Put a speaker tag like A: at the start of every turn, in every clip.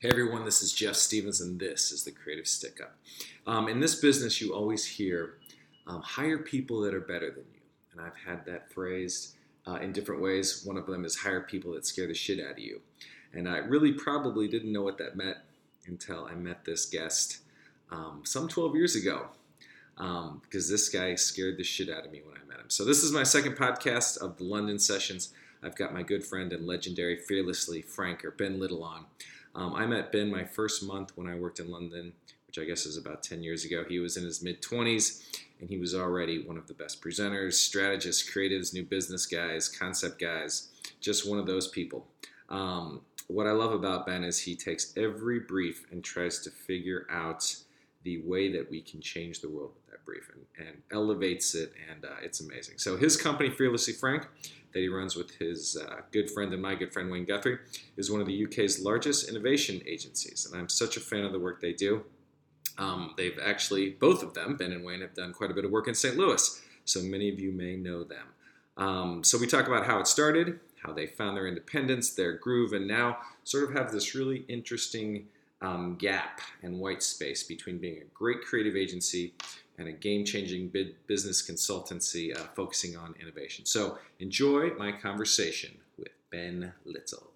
A: Hey everyone, this is Jeff Stevens, and this is the Creative Stick Up. Um, in this business, you always hear um, hire people that are better than you. And I've had that phrased uh, in different ways. One of them is hire people that scare the shit out of you. And I really probably didn't know what that meant until I met this guest um, some 12 years ago, um, because this guy scared the shit out of me when I met him. So, this is my second podcast of the London Sessions. I've got my good friend and legendary fearlessly franker, Ben Little, on. Um, I met Ben my first month when I worked in London, which I guess is about 10 years ago. He was in his mid 20s and he was already one of the best presenters, strategists, creatives, new business guys, concept guys, just one of those people. Um, what I love about Ben is he takes every brief and tries to figure out the way that we can change the world with that brief and, and elevates it, and uh, it's amazing. So, his company, Fearlessly Frank, that he runs with his uh, good friend and my good friend Wayne Guthrie, is one of the UK's largest innovation agencies, and I'm such a fan of the work they do. Um, they've actually, both of them, Ben and Wayne, have done quite a bit of work in St. Louis, so many of you may know them. Um, so we talk about how it started, how they found their independence, their groove, and now sort of have this really interesting um, gap and white space between being a great creative agency and a game changing bid business consultancy uh, focusing on innovation. So enjoy my conversation with Ben Little.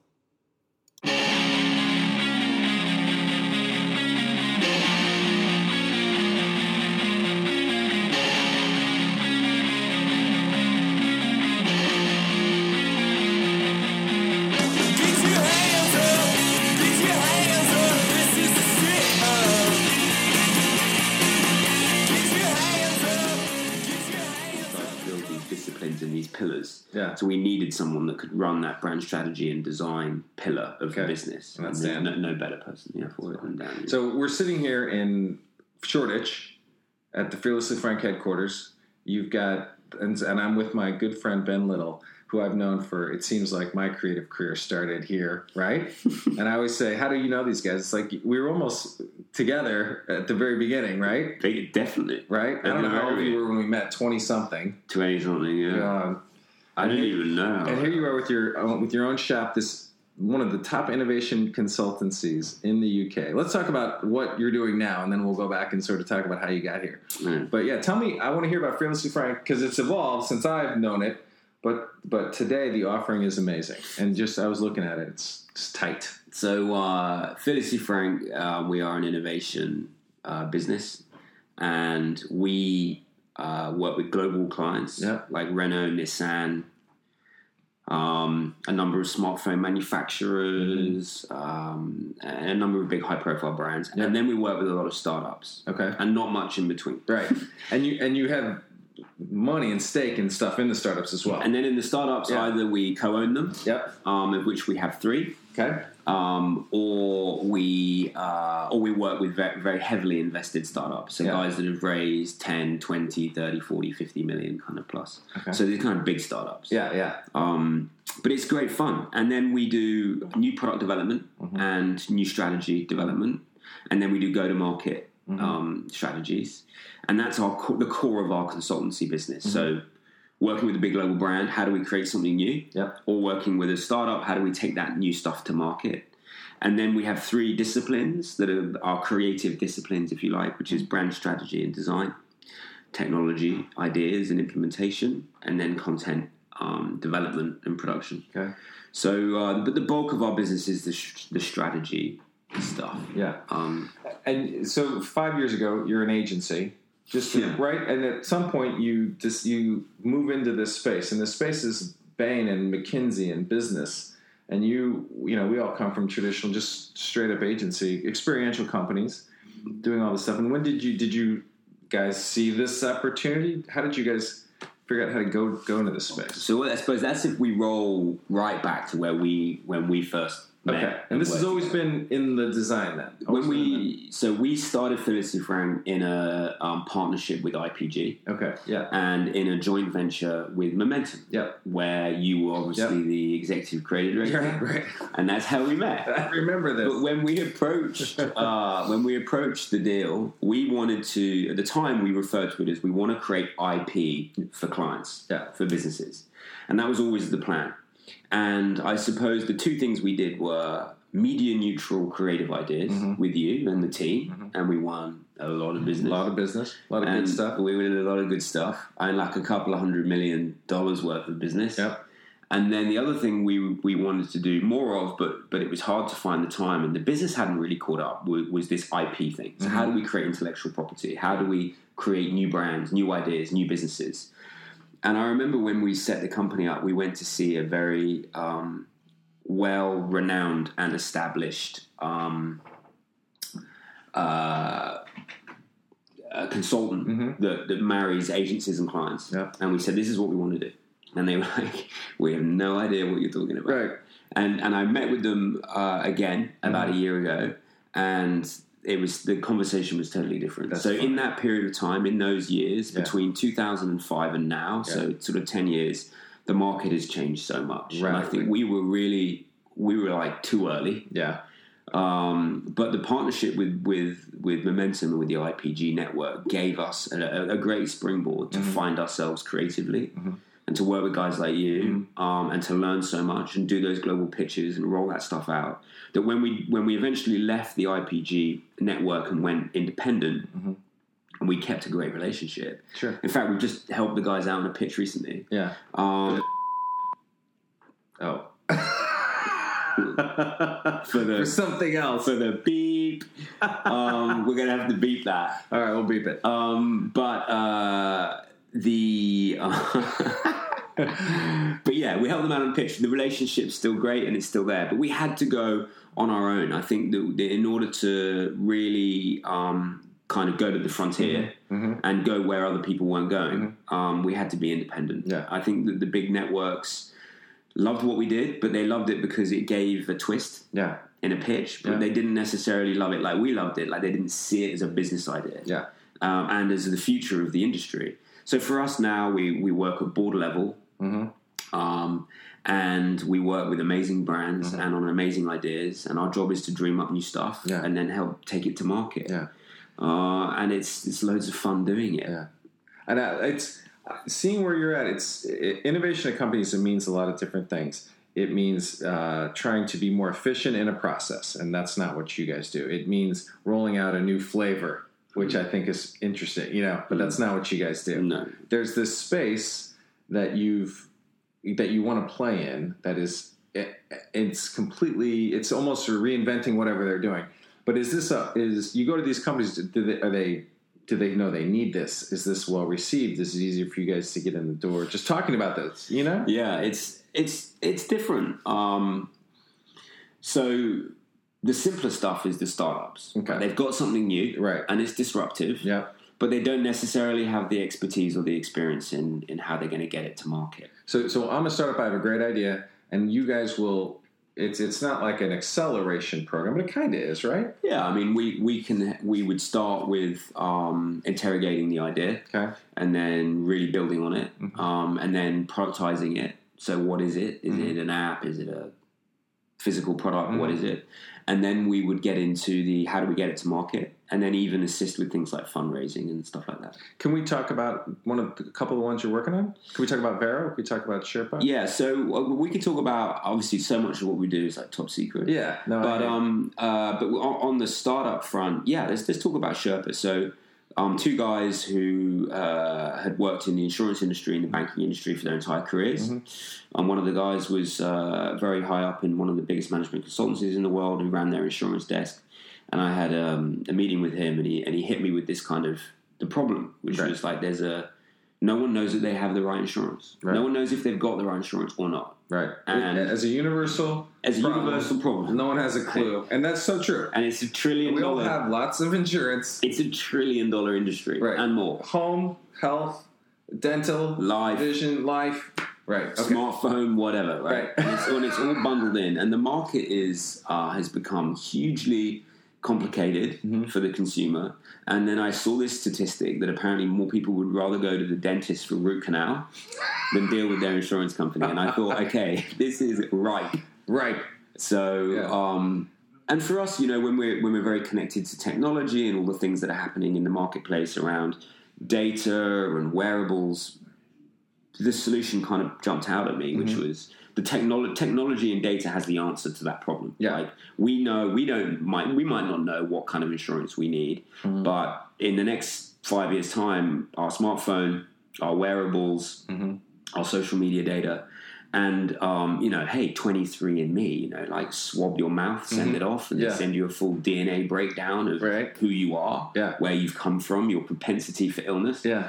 B: like build these disciplines and these pillars.
C: Yeah.
B: So we needed someone that could run that brand strategy and design pillar of the
C: Okay.
B: business.
C: And that's
B: there's
C: Dan.
B: No, no better person yeah, for it than Dan.
C: So we're sitting here in Shoreditch at the Fearlessly Frank headquarters. You've got, and, and I'm with my good friend Ben Little, who I've known for, it seems like my creative career started here, right? and I always say, how do you know these guys? It's like we were almost together at the very beginning, right?
B: They- definitely
C: Right? I don't know how old you were when we met, 20 something.
B: twenty something. Yeah.
C: Um,
B: I didn't even know.
C: and here you are with your own, with your own shop, this one of the top innovation consultancies in the UK. Let's talk about what you're doing now, and then we'll go back and sort of talk about how you got here.
B: Yeah.
C: But yeah, tell me, I want to hear about Fearlessly Frank because it's evolved since I've known it. But but today the offering is amazing, and just I was looking at it, it's, it's tight.
B: So, uh, Fearlessly Frank, uh, we are an innovation uh, business, and we uh, work with global clients
C: Yeah.
B: like Renault, Nissan, um, a number of smartphone manufacturers, um, and a number of big high-profile brands,
C: Mm-hmm. Yeah.
B: and then we work with a lot of startups,
C: Okay,
B: and not much in between.
C: right, and you and you have money and stake and stuff in the startups as well.
B: And then in the startups,
C: Yeah.
B: either we co-own them,
C: yep.
B: um, of which we have three.
C: Okay.
B: um, or we uh, or we work with very, very heavily invested startups so
C: Yeah.
B: guys that have raised 10 20 30 40 50 million kind of plus
C: Okay.
B: so these kind of big startups
C: Yeah. Yeah.
B: um, but it's great fun and then we do new product development
C: Mm-hmm.
B: and new strategy development and then we do go to market
C: Mm-hmm.
B: um, strategies and that's our co- the core of our consultancy business so working with a big global brand how do we create something new
C: Yep.
B: or working with a startup, how do we take that new stuff to market? And then we have three disciplines that are our creative disciplines, if you like, which is brand strategy and design, technology, ideas and implementation, and then content um, development and production.
C: Okay.
B: So, uh, but the bulk of our business is the, sh- the strategy stuff.
C: Yeah.
B: Um,
C: And so five years ago, you're an agency, just
B: Yeah.
C: right. And at some point, you just you move into this space, and this space is Bain and McKinsey and business. And you, you know, we all come from traditional, just straight up agency, experiential companies, doing all this stuff. And when did you did you guys see this opportunity? How did you guys figure out how to go go into this space?
B: so I suppose that's if we roll right back to where we when we first met.
C: Okay, and this has
B: worked
C: always been in the design then. Always
B: when
C: been in
B: we so we started Felicity Frank in a um, partnership with IPG
C: the- okay, yeah,
B: and in a joint venture with Momentum,
C: yep,
B: where you were obviously
C: Yep.
B: the executive creative director,
C: right, right.
B: and that's how we met.
C: I remember this.
B: But when we approached uh, when we approached the deal, we wanted to at the time we referred to it as we want to create IP for clients
C: Yeah.
B: for businesses, and that was always the plan. And I suppose the two things we did were media neutral creative ideas
C: Mhm.
B: with you and the team,
C: Mhm.
B: and we won a lot of business.
C: A lot of business, a lot of
B: And
C: good stuff.
B: We did a lot of good stuff, and like a couple of hundred million dollars worth of business.
C: Yep.
B: And then the other thing we we wanted to do more of, but but it was hard to find the time, and the business hadn't really caught up. Was, was this IP thing? So
C: Mm-hmm.
B: how do we create intellectual property? How do we create new brands, new ideas, new businesses? And I remember when we set the company up, we went to see a very um, well-renowned and established um, uh, a consultant
C: Mhm.
B: that, that marries agencies and clients.
C: Yeah.
B: And we said, this is what we want to do. And they were like, we have no idea what you're talking about.
C: Right. Mm-hmm.
B: And, and I met with them uh, again about a year ago, and it was the conversation was totally different.
C: That's
B: so
C: funny.
B: in that period of time, in those years
C: Yeah.
B: between 2005 and now, so sort of 10 years, the market has changed so much. And I
C: Right.
B: think we were really we were like too early.
C: Yeah.
B: Um, but the partnership with, with, with Momentum and with the IPG network gave us a, a, a great springboard to find ourselves creatively and to work with guys like you um, and to learn so much and do those global pitches and roll that stuff out. That when we when we eventually left the IPG network and went independent, and we kept a great relationship.
C: Sure.
B: In fact, we just helped the guys out on a pitch recently.
C: Yeah.
B: Um,
C: Oh.
B: for
C: For
B: the
C: something else.
B: for the beep, um, we're gonna have to beep that.
C: All right, we'll beep it.
B: Um, but uh, the but yeah, we helped them out on pitch. The relationship's still great and it's still there. But we had to go on our own. I think that, that in order to really um, kind of go to the frontier
C: Mhm.
B: and go where other people weren't going, um, we had to be independent.
C: Yeah.
B: I think that the big networks loved what we did, but they loved it because it gave a twist
C: Yeah.
B: in a pitch, but
C: Yeah.
B: they didn't necessarily love it like we loved it. Like they didn't see it as a business idea
C: Yeah.
B: um, and as the future of the industry. So for us now, we, we work at board level
C: Mhm.
B: um, and we work with amazing brands
C: Mm-hmm.
B: and on amazing ideas. And our job is to dream up new stuff
C: Yeah.
B: and then help take it to market.
C: Yeah.
B: Uh, and it's it's loads of fun doing it.
C: Yeah. and uh, it's seeing where you're at. It's i innovation at companies. It means a lot of different things. It means uh, trying to be more efficient in a process, and that's not what you guys do. It means rolling out a new flavor, which I think is interesting. You know, but that's not what you guys do.
B: No.
C: There's this space that you've that you want to play in that is it, it's completely it's almost reinventing whatever they're doing but is this a is you go to these companies do they, are they do they know they need this is this well received is it easier for you guys to get in the door just talking about this you know
B: Yeah, it's it's it's different. Um, so the simpler stuff is the startups.
C: Okay.
B: They've got something new,
C: Right.
B: And it's disruptive.
C: yeah
B: but they don't necessarily have the expertise or the experience in, in how they're going to get it to market.
C: so so i'm a startup i have a great idea and you guys will it's it's not like an acceleration program but it kind of is right
B: Yeah, I mean, we, we can we would start with um, interrogating the idea
C: okay
B: and then really building on it
C: Mhm.
B: um, and then productizing it. So what is it? Is
C: Mm-hmm.
B: it an app? Is it a physical product? What is it? And then we would get into the how do we get it to market, and then even assist with things like fundraising and stuff like that.
C: can we talk about one of the a couple of the ones you're working on can we talk about vero can we talk about sherpa
B: Yeah, so uh, we could talk about obviously so much of what we do is like top secret.
C: yeah no I
B: But
C: agree.
B: um, uh, but on, on the startup front, yeah, let's let's talk about Sherpa. So, um, two guys who uh, had worked in the insurance industry and the banking industry for their entire careers,
C: Mm-hmm.
B: and one of the guys was uh, very high up in one of the biggest management consultancies in the world who ran their insurance desk. And I had um, a meeting with him, and he and he hit me with this kind of the problem, which
C: Right.
B: was like there's a no one knows that they have the right insurance.
C: Right.
B: No one knows if they've got the right insurance or not.
C: Right.
B: And-
C: as a universal,
B: As a
C: problem,
B: universal problem,
C: no one has a clue, and that's so true.
B: and it's a trillion
C: We all
B: dollar-
C: have lots of insurance:
B: It's a trillion dollar industry
C: Right.
B: and more.
C: home, health, dental,
B: Life.
C: vision, life. Right. Okay.
B: Smartphone, whatever, right?
C: Right.
B: and, it's, and it's all bundled in, and the market is uh, has become hugely complicated
C: Mm-hmm.
B: for the consumer. And then I saw this statistic that apparently more people would rather go to the dentist for root canal than deal with their insurance company. And I thought, okay, this is right.
C: Right.
B: So,
C: Yeah.
B: um, and for us, you know, when we're when we're very connected to technology and all the things that are happening in the marketplace around
C: Mm-hmm.
B: data and wearables, the solution kind of jumped out at me, which was the technology technology and data has the answer to that problem.
C: Yeah.
B: Like we know we don't might we might not know what kind of insurance we need,
C: Mm-hmm.
B: but in the next five years' time, our smartphone, our wearables,
C: Mm-hmm.
B: our social media data. And um, you know, hey, twenty three and me, you know, like swab your mouth, send it off, and
C: Mm-hmm. Yeah.
B: they send you a full DNA breakdown of
C: Right.
B: who you are,
C: Yeah.
B: where you've come from, your propensity for illness.
C: Yeah.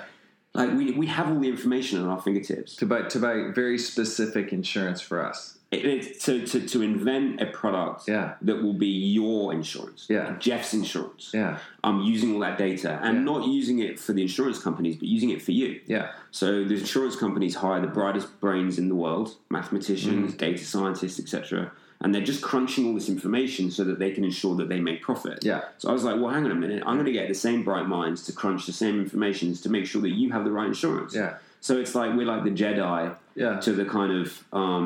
B: Like we, we have all the information at our fingertips.
C: To buy to buy very specific insurance for us.
B: It, it's to, to, to invent a product
C: Yeah.
B: that will be your insurance,
C: Yeah.
B: Jeff's insurance.
C: Yeah.
B: I'm using all that data and
C: Yeah.
B: not using it for the insurance companies, but using it for you.
C: Yeah.
B: So the insurance companies hire the brightest brains in the world, mathematicians,
C: Mm.
B: data scientists, etc., and they're just crunching all this information so that they can ensure that they make profit.
C: Yeah.
B: So I was like, well, hang on a minute. I'm going to get the same bright minds to crunch the same information to make sure that you have the right insurance.
C: Yeah.
B: So it's like we're like the Jedi
C: Yeah.
B: to the kind of um,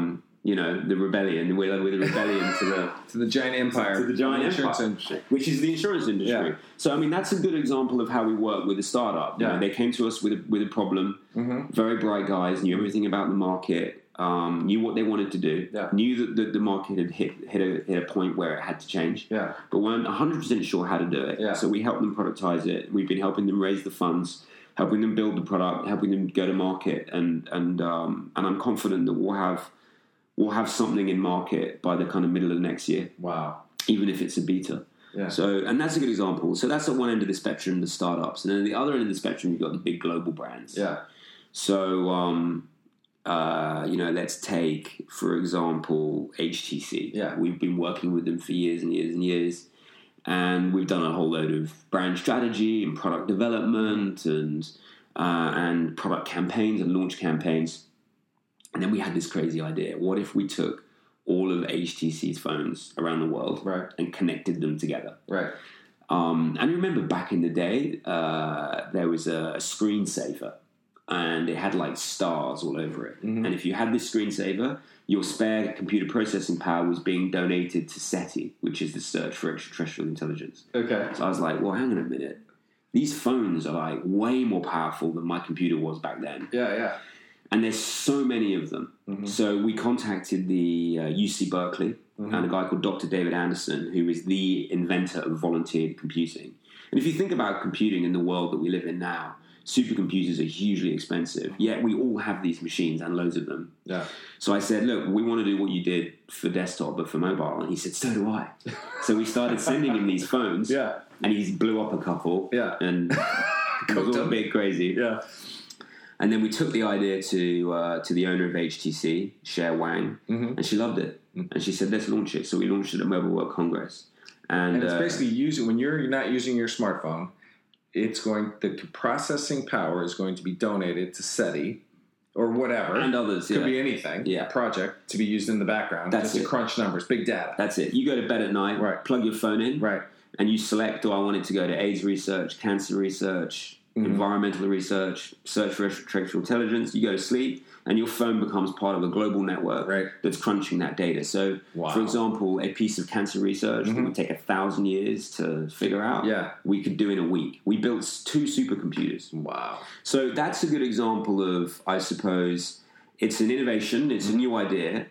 B: you know the rebellion. We're like, we're the rebellion to the
C: To the giant empire.
B: to the giant
C: insurance
B: empire,
C: industry.
B: which is the insurance industry.
C: Yeah.
B: So I mean, that's a good example of how we work with a startup. You know,
C: Yeah.
B: they came to us with a, with a problem.
C: Mm-hmm.
B: Very bright guys, knew everything about the market, um, knew what they wanted to do,
C: Yeah.
B: knew that the, the market had hit hit a, hit a point where it had to change.
C: Yeah.
B: But weren't 100% sure how to do it.
C: Yeah.
B: So we helped them productize it. We've been helping them raise the funds, helping them build the product, helping them go to market, and and um, and I'm confident that we'll have we'll have something in market by the kind of middle of next year
C: Wow.
B: even if it's a beta.
C: Yeah.
B: So, and that's a good example. So that's at one end of the spectrum, the startups, and then at the other end of the spectrum, you've got the big global brands.
C: Yeah.
B: So, um, uh, you know, let's take for example HTC.
C: Yeah.
B: We've been working with them for years and years and years, and we've done a whole load of brand strategy and product development and uh, and product campaigns and launch campaigns. And then we had this crazy idea: what if we took all of HTC's phones around the world
C: Right.
B: and connected them together?
C: Right.
B: Um, and remember back in the day, uh, there was a, a screensaver and it had like stars all over it.
C: Mm-hmm.
B: And if you had this screensaver, your spare computer processing power was being donated to SETI, which is the search for extraterrestrial intelligence.
C: Okay.
B: So I was like, well, hang on a minute. These phones are like way more powerful than my computer was back then.
C: Yeah. Yeah.
B: And there's so many of them.
C: Mm.
B: So we contacted the uh, UC Berkeley and a guy called Dr. David Anderson, who is the inventor of volunteered computing. And if you think about computing in the world that we live in now, supercomputers are hugely expensive. Yet we all have these machines and loads of them.
C: Yeah.
B: So I said, look, we want to do what you did for desktop, but for mobile. And he said, so do I. so we started sending him these phones,
C: Yeah.
B: and he blew up a couple,
C: Yeah.
B: and it was all a bit crazy.
C: Yeah.
B: And then we took the idea to uh, to the owner of HTC, Cher Wang, and she loved it.
C: Mm.
B: And she said, "Let's launch it." So we launched it at Mobile World Congress, and,
C: And it's
B: uh,
C: basically using when you're not using your smartphone, it's going the processing power is going to be donated to SETI or whatever.
B: and others.
C: could
B: yeah.
C: be anything.
B: Yeah.
C: Project to be used in the background
B: That's
C: just to
B: it.
C: crunch numbers, big data.
B: That's it. You go to bed at night,
C: Right.
B: plug your phone in,
C: right.
B: and you select, "Do I want it to go to AIDS research, cancer research,
C: Mm-hmm.
B: environmental research, search for artificial intelligence?" You go to sleep, and your phone becomes part of a global network
C: Right.
B: that's crunching that data. So,
C: Wow. Mm-hmm.
B: for example, a piece of cancer research that would take a thousand years to figure out,
C: Yeah.
B: we could do in a week. We built s- two supercomputers.
C: Wow.
B: So that's a good example of, I suppose, it's an innovation, it's a
C: Mm-hmm.
B: new idea,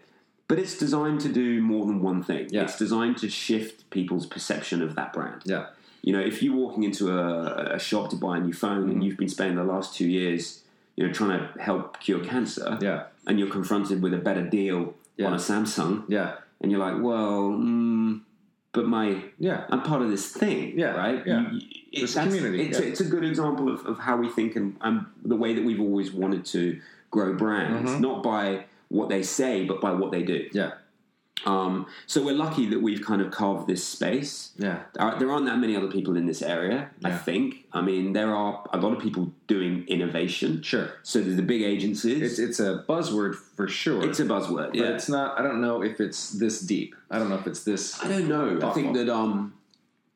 B: but it's designed to do more than one thing.
C: Yeah.
B: It's designed to shift people's perception of that brand.
C: Yeah.
B: You know, if you're walking into a, a shop to buy a new phone
C: Mm-hmm.
B: and you've been spending the last two years, you know, trying to help cure cancer,
C: Yeah.
B: and you're confronted with a better deal
C: Yeah.
B: on a Samsung,
C: Yeah.
B: and you're like, well, mm, but my
C: Yeah.
B: I'm part of this thing,
C: Yeah,
B: right?
C: yeah.
B: You- you- it-
C: This
B: that's-
C: community,
B: It's,
C: yeah.
B: a, it's a good example of, of how we think and, and the way that we've always wanted to grow brands, not by what they say, but by what they do.
C: Mm-hmm. Yeah.
B: Um, so we're lucky that we've kind of carved this space. Uh,
C: Yeah.
B: There there aren't that many other people in this area, I
C: Yeah.
B: think. I mean, there are a lot of people doing innovation.
C: Sure.
B: So there's the big agencies.
C: It's it's a buzzword for sure.
B: It's a buzzword.
C: but
B: yeah.
C: it's not I don't know if it's this deep. I don't know if it's this
B: I don't know. I
C: Thoughtful.
B: think that um,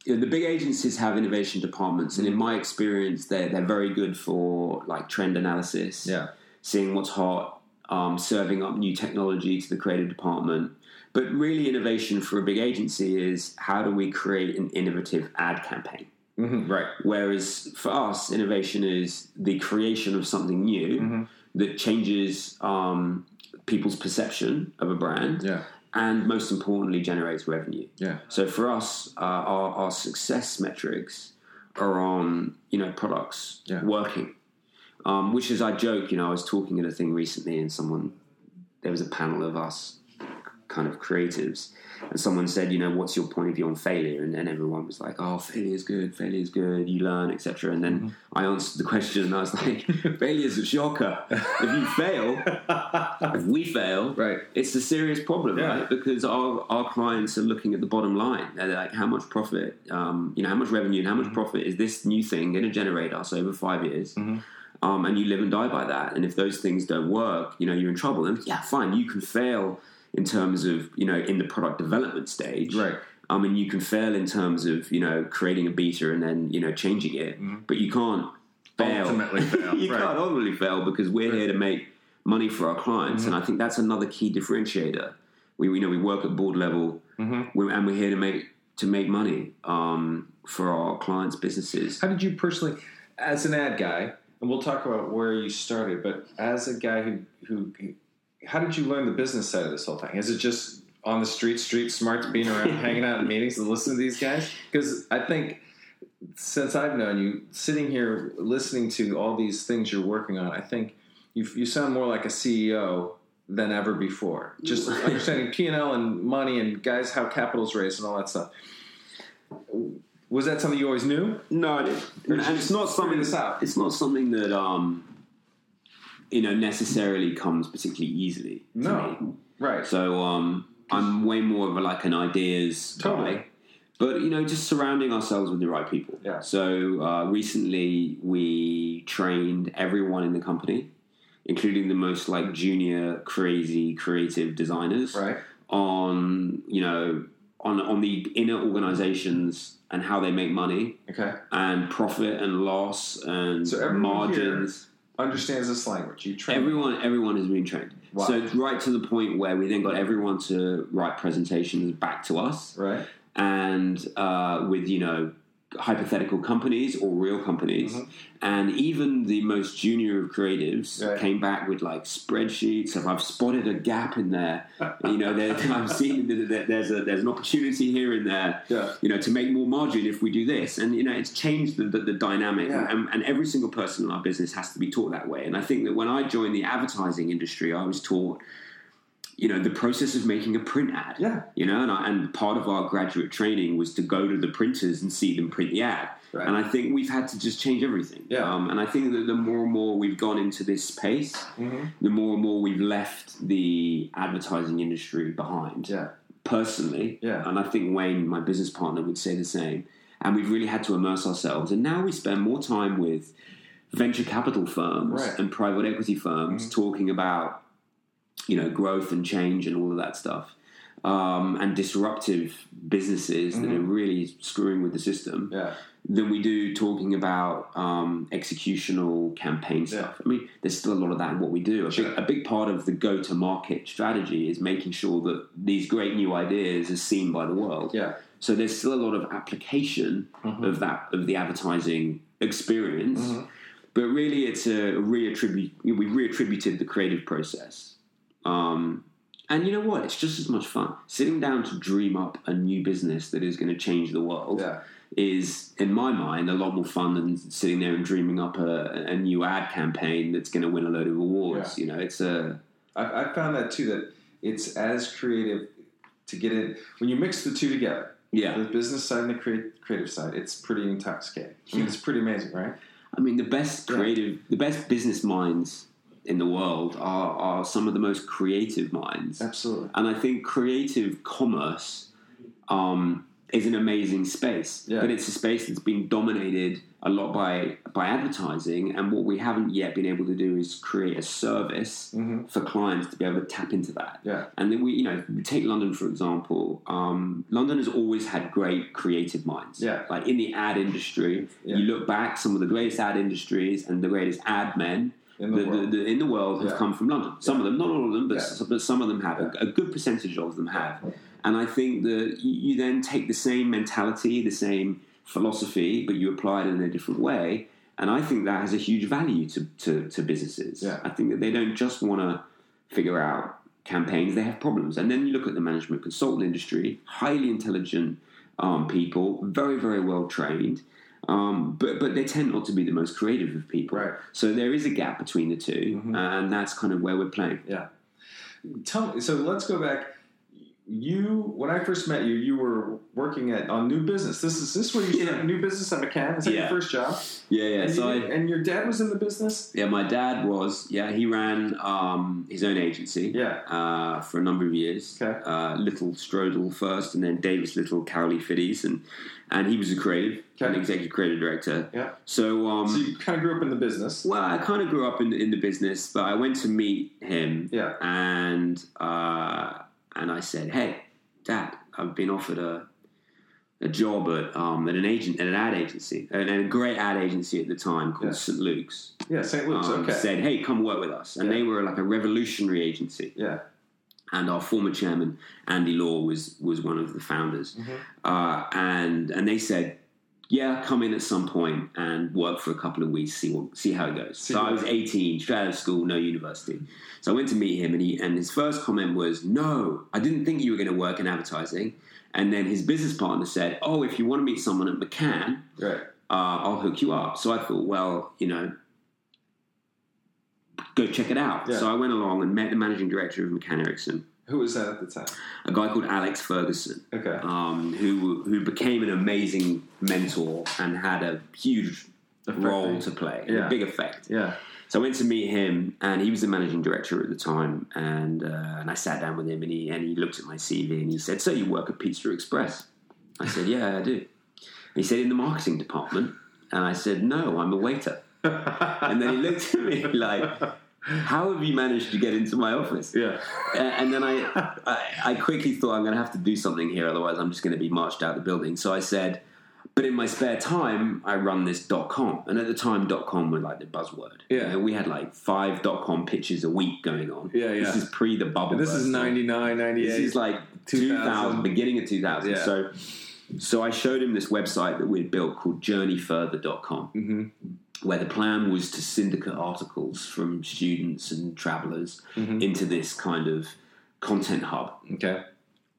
B: you know, the big agencies have innovation departments, and in my experience, they're they're very good for like trend analysis,
C: Yeah.
B: seeing what's hot, um, serving up new technology to the creative department. But really, innovation for a big agency is how do we create an innovative ad campaign?
C: Mhm, Right.
B: Whereas for us,
C: Mm-hmm.
B: Mm-hmm. innovation is the creation of something new that changes um, people's perception of a brand,
C: Yeah.
B: and most importantly, generates revenue.
C: Yeah.
B: So for us, uh, our, our success metrics are on you know products
C: Yeah.
B: working, um, which is I joke. You know, I was talking at a thing recently, and someone there was a panel of us kind of creatives, and someone said, you know, what's your point of view on failure? And then everyone was like, oh, failure is good, failure is good, you learn, etc. And then I answered the question, and I was like, failure is a shocker. If you fail, if we fail,
C: Right.
B: it's a serious problem,
C: Yeah.
B: right? Because our, our clients are looking at the bottom line. They're like, how much profit, um, you know, how much revenue and how much
C: Mm-hmm.
B: profit is this new thing going to generate us over five years?
C: Mm-hmm.
B: Um, and you live and die by that. And if those things don't work, you know, you're in trouble. And yeah, fine, you can fail in terms of, you know, in the product development stage.
C: Right.
B: I mean, you can fail in terms of, you know, creating a beta and then, you know, changing it, but you can't fail.
C: Mm-hmm. Ultimately fail,
B: you
C: right.
B: can't ultimately fail because we're here to make money for our clients.
C: Mm-hmm.
B: And I think that's another key differentiator. We, you know, we work at board level
C: Mm-hmm.
B: we're, and we're here to make, to make money um, for our clients' businesses.
C: How did you personally, as an ad guy, and we'll talk about where you started, but as a guy who, who, who- how did you learn the business side of this whole thing? Is it just on the street, street smarts, being around, hanging out in meetings and listening to these guys? Because I think since I've known you, sitting here listening to all these things you're working on, I think you, you sound more like a CEO than ever before. Just understanding P and L and money and guys how capital's raised and all that stuff. Was that something you always knew?
B: No, and it- and it's not something
C: this out.
B: It's not something that um, you know necessarily comes particularly easily. to
C: No.
B: me.
C: Right.
B: So um, I'm way more of a, like an ideas
C: Totally.
B: guy. But you know, just surrounding ourselves with the right people.
C: Yeah.
B: So uh, recently we trained everyone in the company, including the most like junior, crazy, creative designers
C: Right.
B: on you know on on the inner organizations and how they make money
C: Okay.
B: and profit and loss and
C: So everyone here-
B: margins.
C: Understands this language. You train.
B: Everyone, everyone has been trained.
C: Wow.
B: So it's right to the point where we then got everyone to write presentations back to us,
C: right.
B: and uh, with you know hypothetical companies or real companies,
C: Mm-hmm.
B: and even the most junior of creatives
C: Right.
B: came back with like spreadsheets. If I've spotted a gap in there, you know, there, I've seen that there- there's a there's an opportunity here and there
C: Yeah.
B: you know, to make more margin if we do this. And, you know, it's changed the, the, the dynamic.
C: Yeah.
B: And, and every single person in our business has to be taught that way. And I think that when I joined the advertising industry, I was taught, you know, the process of making a print ad.
C: Yeah.
B: You know, and, I, and part of our graduate training was to go to the printers and see them print the ad.
C: Right.
B: And I think we've had to just change everything.
C: Yeah.
B: Um, and I think that the more and more we've gone into this space,
C: Mm-hmm.
B: the more and more we've left the advertising industry behind
C: Yeah.
B: personally,
C: Yeah.
B: and I think Wayne, my business partner, would say the same. And we've really had to immerse ourselves. And now we spend more time with venture capital firms
C: Right. Mm-hmm.
B: and private equity firms talking about, you know, growth and change and all of that stuff. Um, and disruptive businesses
C: Mm-hmm.
B: that are really screwing with the system
C: Yeah.
B: than we do talking about um, executional campaign stuff. I mean, there's still a lot of that in what we do. A,
C: Sure.
B: big, a big part of the go to market strategy is making sure that these great new ideas are seen by the world.
C: Yeah. Mm-hmm.
B: So there's still a lot of application of that of the advertising experience. But really, it's a reattribute. We reattributed the creative process, um, and you know what? It's just as much fun sitting down to dream up a new business that is going to change the world
C: Yeah.
B: is, in my mind, a lot more fun than sitting there and dreaming up a, a new ad campaign that's going to win a load of awards. You know, it's a
C: I, I found that too. That it's as creative to get in when you mix the two together. The
B: yeah.
C: business side and the create, creative side. It's pretty intoxicating. I
B: Hmm.
C: mean, it's pretty amazing, right?
B: I mean, the best creative, the best business minds in the world are are some of the most creative minds,
C: Absolutely.
B: and I think creative commerce um, is an amazing space,
C: Yeah.
B: but it's a space that's been dominated a lot by by advertising, and what we haven't yet been able to do is create a service
C: Mm-hmm.
B: for clients to be able to tap into that.
C: Yeah.
B: And then we, you know, we take London for example. Um, London has always had great creative minds.
C: Yeah.
B: Like in the ad industry,
C: Yeah.
B: you look back, some of the greatest ad industries and the greatest ad men
C: In the world.
B: in the world have
C: Yeah.
B: come from London. Some of them, not all of them, but,
C: Yeah.
B: s- but some of them have. A, a good percentage of them have. And I think that you, you then take the same mentality, the same philosophy, but you apply it in a different way. And I think that has a huge value to, to, to businesses.
C: Yeah.
B: I think that they don't just want to figure out campaigns, they have problems. And then you look at the management consultant industry, highly intelligent um, people, very, very well trained, um, but, but they tend not to be the most creative of people.
C: Right.
B: So there is a gap between the 2 and that's kind of where we're playing.
C: Yeah. Tell me. So let's go back. You, when I first met you, you were working at on new business. This is this where you started
B: Yeah.
C: new business at McCann. Is that
B: Yeah.
C: your first job?
B: Yeah, yeah.
C: and,
B: so
C: you-
B: I,
C: and your dad was in the business.
B: yeah, my dad was, yeah, he ran um, his own agency.
C: Yeah.
B: uh, for a number of years.
C: Okay.
B: Uh, Little Strodel first, and then Davis Little, Cowley Fiddies, and and he was a creative, an
C: Okay.
B: executive creative director.
C: Yeah.
B: So, um,
C: So you kind of grew up in the business.
B: well, I kind of grew up in in the business, but I went to meet him,
C: Yeah.
B: and uh, and I said, "Hey, Dad, I've been offered a." A job at, um, at an agent at an ad agency, and a great ad agency at the time called
C: Yeah.
B: St. Luke's,
C: Yeah. St. Luke's.
B: um,
C: okay.
B: said, "Hey, come work with us," and
C: Yeah.
B: they were like a revolutionary agency
C: yeah.
B: and our former chairman Andy Law was was one of the founders,
C: Mm-hmm.
B: uh, and and they said, "Yeah, come in at some point and work for a couple of weeks, see what, see how it goes."
C: See
B: so
C: what-
B: I was eighteen, straight out of school, no university. So I went to meet him, and he and his first comment was, "No, I didn't think you were going to work in advertising." And then his business partner said, "Oh, if you want to meet someone at McCann,
C: Right.
B: uh, I'll hook you up. So I thought, well, you know, go check it out.
C: Yeah.
B: So I went along and met the managing director of McCann Erickson,
C: Who was that at the time?
B: a guy called Alex Ferguson,
C: Okay.
B: um, who who became an amazing mentor and had a huge
C: Effect. eh?
B: role to play,
C: Yeah.
B: a big effect.
C: Yeah.
B: So I went to meet him, and he was the managing director at the time, and uh, and I sat down with him, and he and he looked at my CV, and he said, "So you work at Pizza Express?" I said, "Yeah, I do." And he said, "In the marketing department," and I said, "No, I'm a waiter." And then he looked at me like, "How have you managed to get into my office?"
C: yeah.
B: A- And then I, I, I quickly thought I'm going to have to do something here, otherwise I'm just going to be marched out of the building. So I said, but in my spare time, I run this dot com, and at the time, dot com were like the buzzword.
C: Yeah.
B: and we had like five dot com pitches a week going on.
C: Yeah, yeah.
B: This is pre the bubble.
C: This is
B: burst.
C: 99, 98.
B: This is like
C: 2000.
B: 2000, beginning of 2000.
C: Yeah.
B: So, so I showed him this website that we had built called journeyfurther.com,
C: Mhm.
B: where the plan was to syndicate articles from students and travelers into this kind of content hub
C: Mm-hmm. okay.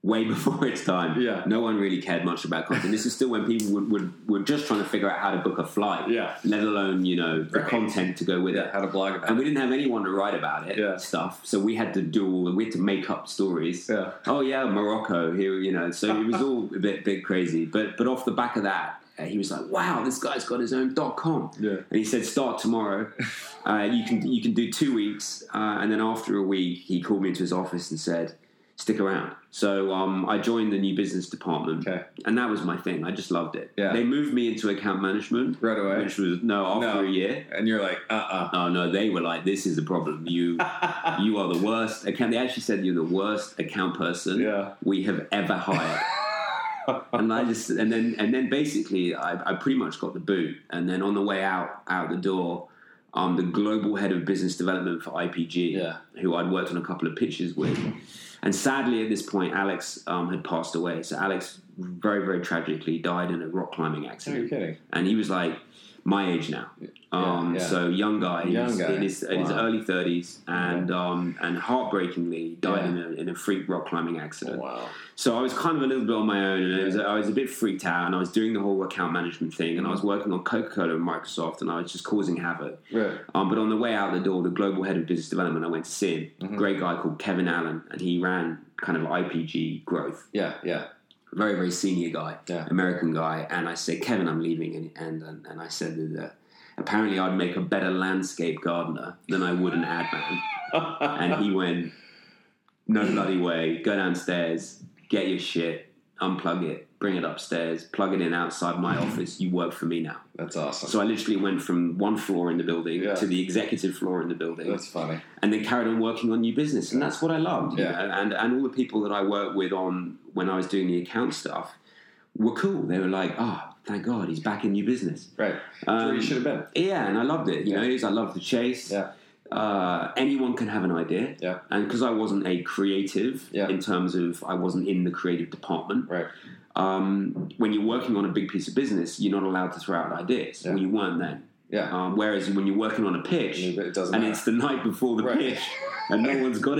B: way before its time.
C: Yeah.
B: No one really cared much about content. this is still when people would, would, were just trying to figure out how to book a flight,
C: Yeah.
B: let alone, you know, the
C: Right.
B: content to go with it
C: Yeah. How to blog about
B: and
C: it.
B: we didn't have anyone to write about it
C: Yeah.
B: stuff so we had to do all the we had to make up stories
C: Yeah.
B: oh yeah morocco here you know so it was all a bit bit crazy but but off the back of that uh, he was like wow this guy's got his own dot com
C: Yeah.
B: and he said start tomorrow uh, you can you can do two weeks uh, and then after a week he called me into his office and said stick around so um, i joined the new business department
C: Okay.
B: and that was my thing i just loved it
C: Yeah.
B: they moved me into account management
C: Right away.
B: which was no after
C: No.
B: a year
C: And you're like, uh uh
B: Oh no, they were like, "This is a problem. You, you are the worst account." They actually said you're the worst account person
C: Yeah.
B: we have ever hired. and I just, and then, and then basically, I, I pretty much got the boot. And then on the way out, out the door, um, the global head of business development for IPG,
C: Yeah.
B: who I'd worked on a couple of pitches with, and sadly at this point, Alex um, had passed away. So Alex, very, very tragically, died in a rock climbing
C: No, you're
B: accident
C: kidding.
B: and he was like my age now. Um,
C: yeah.
B: So young guy, in
C: Young
B: his-
C: guy.
B: in his, in his
C: Wow.
B: early thirties, and um, and heartbreakingly died
C: Yeah.
B: in, a, in a freak rock climbing accident.
C: Wow.
B: So I was kind of a little bit on my own, and it was, I was a bit freaked out, and I was doing the whole account management thing, and I was working on Coca Cola and Microsoft, and I was just causing havoc.
C: Right.
B: Um, but on the way out the door, the global head of business development, I went to see him,
C: Mm-hmm. Mm.
B: a great guy called Kevin Allen, and he ran kind of IPG growth
C: Yeah. Yeah.
B: very very senior guy,
C: Yeah.
B: American guy, and I said, Kevin, I'm leaving, and and and, and I said that. Uh, Apparently, I'd make a better landscape gardener than I would an ad man. and he went, No bloody way. Go downstairs, get your shit, unplug it, bring it upstairs, plug it in outside my office. You work for me now.
C: That's awesome.
B: So I literally went from one floor in the building
C: Yeah.
B: to the executive floor in the building
C: That's funny.
B: and then carried on working on new business. And that's what I loved. you
C: Yeah.
B: know? And and all the people that I worked with on when I was doing the account stuff were cool. They were like, oh, thank God, he's back in new business.
C: Right.
B: Um,
C: Where you should have been.
B: Yeah, and I loved it. You
C: Yeah.
B: know, it was- I loved the chase.
C: Yeah.
B: Uh, anyone can have an idea.
C: Yeah.
B: And because I wasn't a creative
C: Yeah.
B: in terms of I wasn't in the creative department,
C: Right.
B: um, when you're working on a big piece of business, you're not allowed to throw out ideas.
C: Yeah.
B: Well, you weren't then.
C: Yeah.
B: Um, whereas when you're working on a pitch,
C: It doesn't
B: and
C: matter.
B: it's the night before the
C: Right.
B: pitch, and no one's got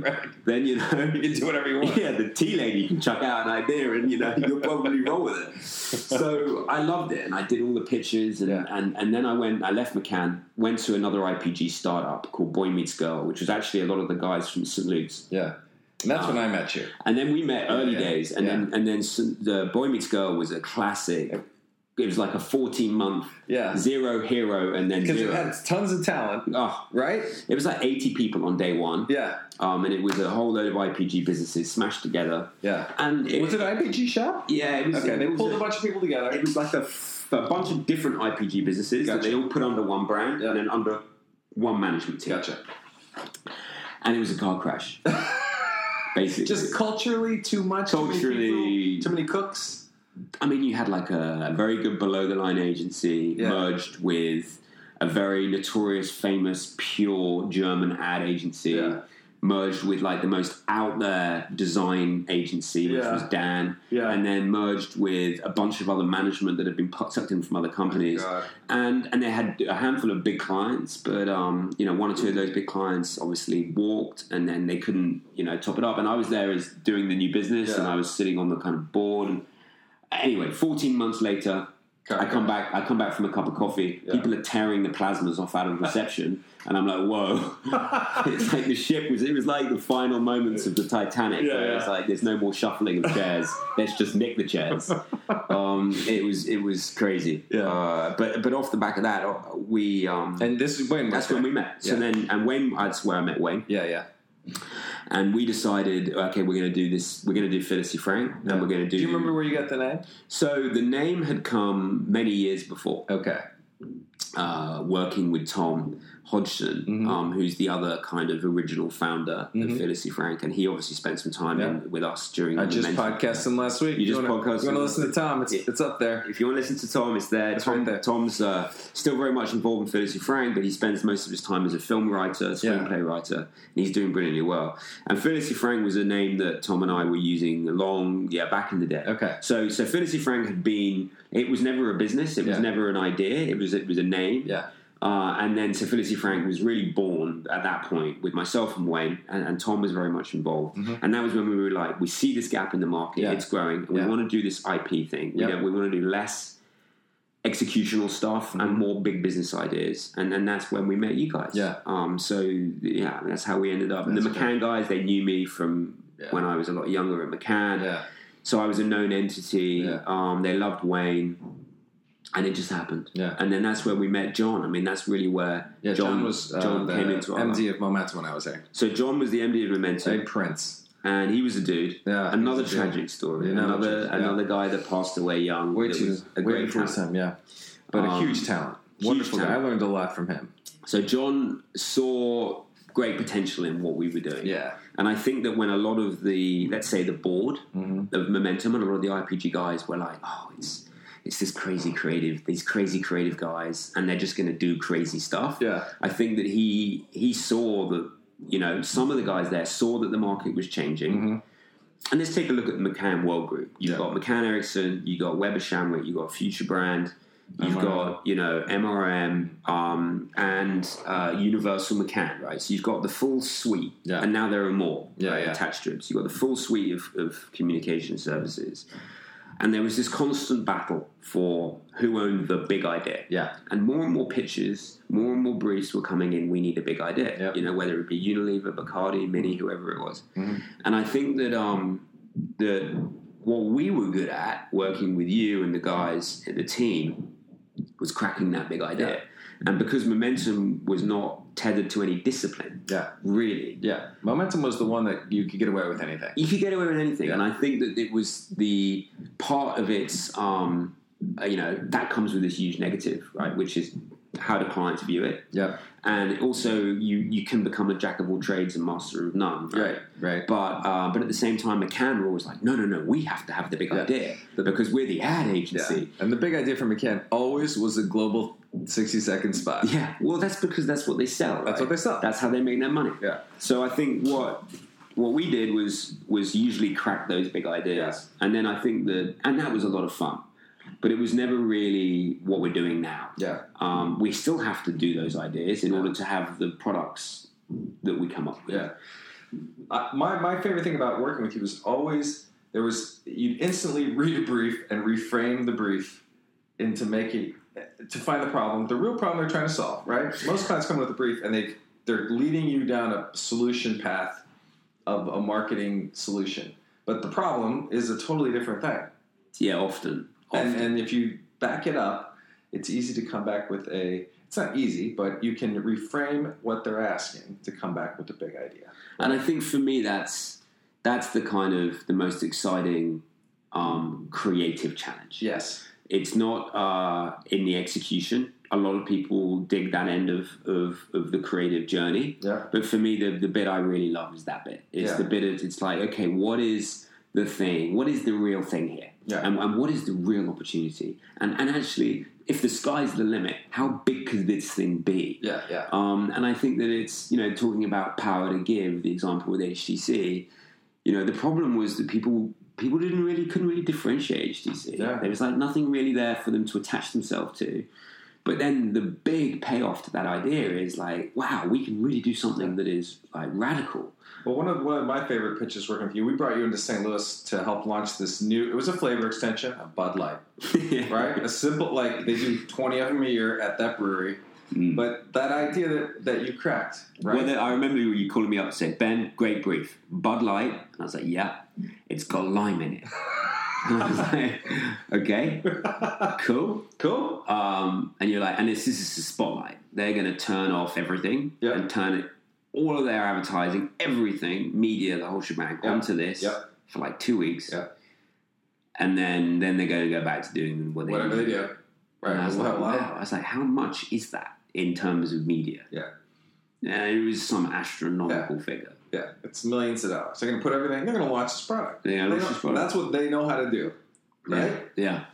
C: Right.
B: then you know
C: You can do whatever you want.
B: Yeah, the tea lady can chuck out an idea, and you know you'll probably roll with it. So I loved it, and I did all the pictures, and,
C: Yeah.
B: and and then I went. I left McCann, went to another IPG startup called Boy Meets Girl, which was actually a lot of the guys from St Luke's
C: Yeah. And that's when I met you.
B: and then we met early
C: Oh, Yeah.
B: days, and
C: Yeah.
B: then and then s- the Boy Meets Girl was a classic. It was like a fourteen month
C: Yeah.
B: zero hero, and then
C: Because you
B: zero.
C: had tons of talent,
B: oh,
C: right?
B: it was like eighty people on day one,
C: Yeah.
B: um, and it was a whole load of IPG businesses smashed together.
C: Yeah.
B: And it,
C: Was it IPG shop?
B: Yeah, it was.
C: Okay,
B: it
C: they
B: was
C: pulled
B: a-
C: a bunch of people together.
B: It was like a, f- a bunch of different IPG businesses that
C: Gotcha.
B: they all put under one brand
C: Yeah.
B: and then under one management team.
C: Gotcha.
B: And it was a car crash, basically.
C: Just culturally, too much. too many,
B: Culturally-
C: people, too many cooks.
B: I mean, you had like a very good below the line agency
C: Yeah.
B: merged with a very notorious, famous, pure German ad agency.
C: Yeah.
B: Merged with like the most out there design agency, which
C: Yeah.
B: was Dan,
C: Yeah.
B: and then merged with a bunch of other management that had been pu- sucked in from other companies,
C: God.
B: and and they had a handful of big clients, but um, you know one or two of those big clients obviously walked, and then they couldn't you know top it up. And I was there as doing the new business,
C: Yeah.
B: and I was sitting on the kind of board, and anyway, 14 months later, I come back. I come back from a cup of coffee. People are tearing the plasmas off out of reception, and I'm like, "Whoa!" it's like the ship was. It was like the final moments of the Titanic.
C: Yeah,
B: where It's
C: yeah.
B: like there's no more shuffling of chairs. Let's just nick the chairs. Um, it was. It was crazy.
C: Yeah.
B: Uh, but but off the back of that, uh, we. Um,
C: And this is when.
B: that's when we met. So
C: Yeah.
B: then, and Wayne, that's where I met Wayne
C: Yeah, yeah.
B: and we decided, okay, we're going to do this. We're going to do Felicity Frank, and we're going to do.
C: Do you remember where you got the name?
B: So the name had come many years before,
C: Okay.
B: uh, working with Tom Hodgson,
C: Mm-hmm.
B: um, who's the other kind of original founder of Felicity Frank, and he obviously spent some time in, with us during.
C: I
B: the
C: just
B: mentor-
C: podcasted him last week.
B: You just
C: wanna,
B: podcasted
C: You want
B: him
C: to
B: last
C: listen to Tom? It's,
B: Yeah.
C: it's up there.
B: If you want to listen to Tom, it's there. Tom,
C: right there.
B: Tom's uh, still very much involved in Felicity Frank, but he spends most of his time as a film writer, screenplay writer, and he's doing brilliantly well. And Felicity Frank was a name that Tom and I were using long, yeah, back in the day.
C: Okay.
B: So, so Felicity Frank had been. It was never a business. It was
C: Yeah.
B: never an idea. It was it was a name.
C: Yeah.
B: Uh, and then so Felicity Frank was really born at that point with myself and Wayne, and, and Tom was very much involved. And that was when we were like, we see this gap in the market,
C: Mm-hmm. Yeah.
B: it's growing, and
C: Yeah.
B: we want to do this IP thing. You
C: Yep.
B: know, we want to do less executional stuff and more big business ideas. And then that's when we met you guys.
C: Mm-hmm. Yeah.
B: Um, so, yeah, that's how we ended up. And the
C: That's
B: McCann guys, they knew me from
C: Yeah.
B: when I was a lot younger at McCann.
C: Yeah.
B: So I was a known entity.
C: Yeah.
B: Um, they loved Wayne, and it just happened.
C: Yeah.
B: And then that's where we met John. I mean, that's really where
C: Yeah, John, was uh,
B: John
C: the
B: came into our life.
C: MD of Momentum when I was there.
B: So John was the MD
C: Hey,
B: of Momentum,
C: Prince.
B: and he was a dude.
C: Yeah, he
B: another
C: was a dude.
B: tragic story.
C: Yeah,
B: another
C: yeah.
B: another guy that passed away young.
C: Way
B: that
C: too,
B: was a
C: way
B: great
C: before
B: talent.
C: time, yeah. But a huge talent.
B: huge
C: Wonderful guy. I
B: talent.
C: learned a lot from him.
B: So John saw great potential in what we were doing.
C: Yeah.
B: And I think that when a lot of the, let's say, the board
C: Mm-hmm.
B: of Momentum and a lot of the IPG guys were like, oh, it's it's this crazy creative, these crazy creative guys, and they're just going to do crazy stuff.
C: Yeah.
B: I think that he he saw that you know some of the guys there saw that the market was changing. And let's take a look at the McCann World Group. You've
C: Mm-hmm. Yeah.
B: got McCann Erickson, you got Weber Shamwick, you got Future Brand, you've
C: MRM.
B: got you know MRM um, and uh, Universal McCann, right? So you've got the full suite,
C: Yeah.
B: and now there are more
C: Yeah,
B: right,
C: yeah.
B: attached to it. So you've got the full suite of, of communication services, and there was this constant battle for who owned the big idea.
C: Yeah.
B: And more and more pitches, more and more briefs were coming in. We need a big idea,
C: Yep.
B: you know, whether it be Unilever, Bacardi, Mini, whoever it was.
C: Mm-hmm.
B: And I think that um, that what we were good at, working with you and the guys at the team, was cracking that big idea. And because momentum was not tethered to any discipline,
C: Yeah.
B: really,
C: Yeah. Momentum was the one that you could get away with anything.
B: you could get away with anything. And I think that it was the part of its, um, uh, you know, that comes with a huge negative, right? Which is how do clients view it?
C: Yep.
B: and also you you can become a jack of all trades and master of none, right?
C: Right. Right.
B: But uh, but at the same time, McCann were always like, no, no, no, we have to have the big
C: Yeah.
B: idea because we're the ad
C: Yeah.
B: agency.
C: And the big idea for McCann always was a global 60 second spot.
B: Yeah. well, that's because that's what they sell.
C: That's
B: right?
C: what they sell.
B: That's how they make their money.
C: Yeah.
B: So I think what what we did was was usually crack those big ideas,
C: Yes.
B: and then I think that and that was a lot of fun, but it was never really what we're doing now.
C: Yeah.
B: um, we still have to do those ideas in order to have the products that we come up with.
C: Yeah. I, my, my favorite thing about working with you was always there was you'd instantly read a brief and reframe the brief into making to find the problem, the real problem they're trying to solve. Right? Most clients come with a brief and they they're leading you down a solution path of a marketing solution, but the problem is a totally different thing.
B: Yeah, often.
C: And
B: Often.
C: and if you back it up, it's easy to come back with a. It's not easy, but you can reframe what they're asking to come back with a big idea.
B: And I think for me, that's that's the kind of the most exciting um, creative challenge.
C: Yes.
B: It's not uh, in the execution. A lot of people dig that end of, of, of the creative journey.
C: Yeah.
B: But for me, the, the bit I really love is that bit. It's
C: Yeah.
B: the bit of, it's like, okay, what is the thing? What is the real thing here?
C: Yeah.
B: And, and what is the real opportunity? And, and actually, if the sky's the limit, how big could this thing be?
C: Yeah. Yeah.
B: Um, and I think that it's, you know, talking about power to give, the example with HTC, you know, the problem was that people people didn't really couldn't really differentiate HTC.
C: Yeah.
B: There was like nothing really there for them to attach themselves to. But then the big payoff to that idea is like, wow, we can really do something that is like radical.
C: Well, one of one of my favorite pitches working with you, we brought you into St. Louis to help launch this new. It was a flavor extension, a Bud Light, right? a simple like they do twenty of them a year at that brewery.
B: Mm.
C: But that idea that, that you cracked, right?
B: Well, then I remember you calling me up and said, Ben, great brief. Bud Light. And I was like, yeah, it's got lime in it. and I was like, okay, cool.
C: cool.
B: Um, and you're like, and this, this is a spotlight. They're going to turn off everything
C: Yeah.
B: and turn it, all of their advertising, everything, media, the whole shebang,
C: Yeah.
B: onto this
C: Yeah.
B: for like two weeks.
C: Yeah.
B: And then, then they're going to go back to doing what they
C: Whatever they do,
B: and I
C: right?
B: was
C: Well,
B: like, wow. I was like, how much is that in terms of media?
C: Yeah.
B: Yeah, it was some astronomical figure.
C: Yeah, it's millions of dollars. They're going to put everything. They're going to launch this product.
B: Yeah,
C: They
B: let's
C: know-
B: just roll.
C: That's what they know how to do,
B: yeah,
C: right?
B: yeah.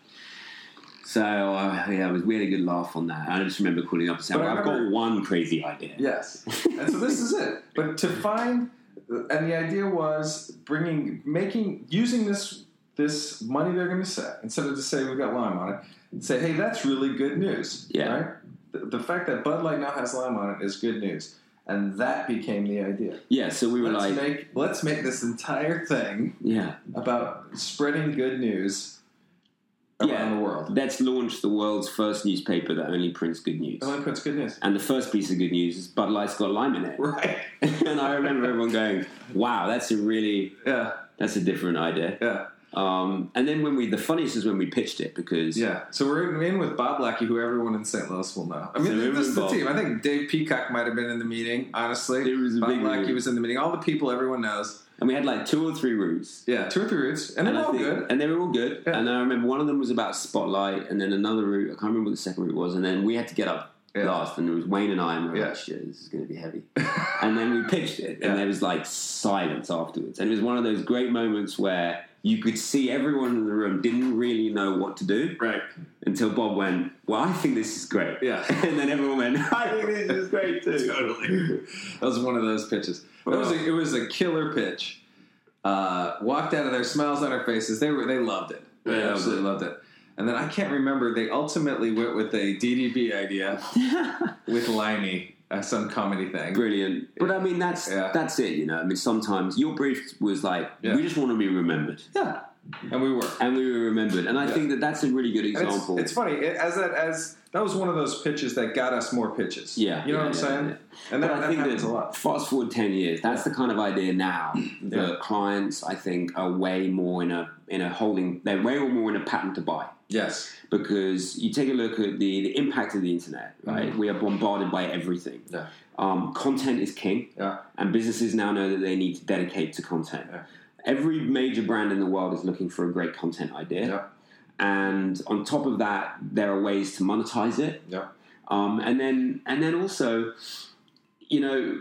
B: So uh, yeah, it was we had a good laugh on that. I just remember calling up and saying,
C: But I
B: well, "I've got
C: remember-
B: one crazy idea."
C: Yes. and so this is it. But to find, and the idea was bringing, making, using this this money they're going to set instead of just saying we've got lime on it, and say, hey, that's really good news.
B: Yeah.
C: Right. The, the fact that Bud Light now has lime on it is good news, and that became the idea.
B: Yeah, so we were
C: let's
B: like,
C: make let's make this entire thing
B: "Yeah,
C: about spreading good news around
B: Yeah.
C: the world.
B: let's launch the world's first newspaper that only prints good news."
C: It only puts good news.
B: And the first piece of good news is Bud Light's got lime in it.
C: Right.
B: and I remember everyone going, "Wow, that's a really
C: Yeah.
B: that's a different idea."
C: Yeah.
B: Um, and then when we the funniest is when we pitched it because
C: Yeah, so we're in with Bob Lackey, who everyone in St. Louis will know. I mean,
B: So we're
C: this is
B: with
C: the
B: Bob.
C: team. I think Dave Peacock might have been in the meeting. Honestly,
B: It was a
C: Bob
B: big
C: Lackey
B: meeting.
C: was in the meeting. All the people everyone knows.
B: and we had like two or three routes.
C: Yeah, two or three roots, and they're
B: I
C: all
B: think-
C: good.
B: And they were all good.
C: Yeah.
B: And I remember one of them was about Spotlight, and then another route, I can't remember what the second route was, and then we had to get up
C: Yeah.
B: last, and it was Wayne and I, and we were
C: Yeah.
B: like, shit, this is going to be heavy. and then we pitched it,
C: Yeah.
B: and there was like silence afterwards. And it was one of those great moments where you could see everyone in the room didn't really know what to do
C: Right.
B: until Bob went, well, I think this is great.
C: Yeah.
B: and then everyone went, I think this is great too.
C: Totally. That was one of those pitches. It was a, it was a killer pitch. Uh, walked out of there, smiles on our faces. They were they loved it. They
B: Yeah,
C: absolutely loved it. And then I can't remember. They ultimately went with a DDB idea with Limey, uh, some comedy thing.
B: Brilliant. But I mean, that's
C: Yeah.
B: that's it, you know. I mean, sometimes your brief was like,
C: Yeah.
B: we just want to be remembered.
C: Yeah, and we were.
B: and we were remembered. And I
C: Yeah.
B: think that that's a really good
C: And
B: example.
C: It's, it's funny it, as that as that was one of those pitches that got us more pitches.
B: Yeah,
C: you know
B: yeah,
C: what I'm
B: yeah,
C: saying.
B: yeah.
C: And
B: but
C: that,
B: I
C: that
B: think
C: happens a
B: that
C: lot.
B: fast forward ten years, that's the kind of idea now that clients, I think, are way more in a in a holding. They're way more in a pattern to buy
C: Yes.
B: because you take a look at the the impact of the internet. Right, we are bombarded by everything.
C: Mm-hmm. Yeah.
B: Um, content is king,
C: Yeah.
B: and businesses now know that they need to dedicate to content.
C: Yeah.
B: Every major brand in the world is looking for a great content idea.
C: Yeah.
B: And on top of that, there are ways to monetize it.
C: Yeah.
B: Um, and then and then also, you know,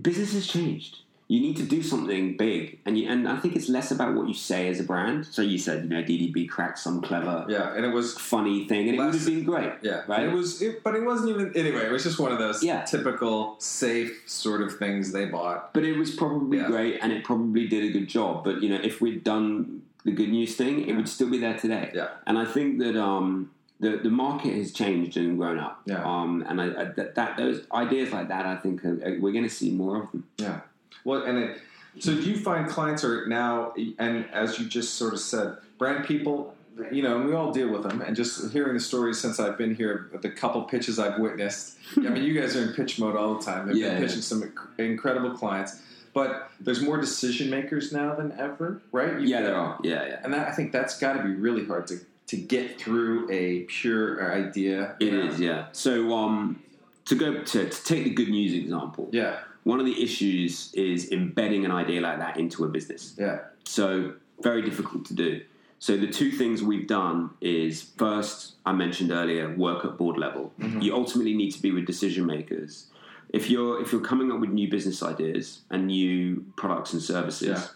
B: business has changed. You need to do something big, and you, and I think it's less about what you say as a brand. So you said, you know, DDB cracked some clever,
C: Yeah. And it was.
B: funny thing, and it would have
C: Less-
B: been great.
C: Yeah.
B: Right.
C: It was. It, but it wasn't even. Anyway, it was just one of those
B: Yeah.
C: typical safe sort of things they bought.
B: But it was probably
C: Yeah.
B: great, and it probably did a good job. But you know, if we'd done the good news thing, it would still be there today.
C: Yeah.
B: And I think that um, the, the market has changed and grown up.
C: Yeah.
B: Um, and I, I, that, that those ideas like that, I think are, are- we're going to see more of them.
C: Yeah. Well, and it, so do you find clients are now, and as you just sort of said, brand people, you know, and we all deal with them. And just hearing the stories since I've been here, the couple pitches I've witnessed. I mean, you guys are in pitch mode all the time. They've
B: Yeah,
C: been
B: yeah.
C: pitching some inc- incredible clients, but there's more decision makers now than ever, right? You-
B: yeah, there are. Yeah, yeah.
C: And that, I think that's got to be really hard to to get through a pure idea.
B: It is. Yeah. So um, to go to, to take the good news example,
C: Yeah.
B: one of the issues is embedding an idea like that into a business.
C: Yeah.
B: So very difficult to do. So the two things we've done is first, I mentioned earlier, work at board level.
C: Mm-hmm.
B: You ultimately need to be with decision makers. If you're if you're coming up with new business ideas and new products and services,
C: Yeah.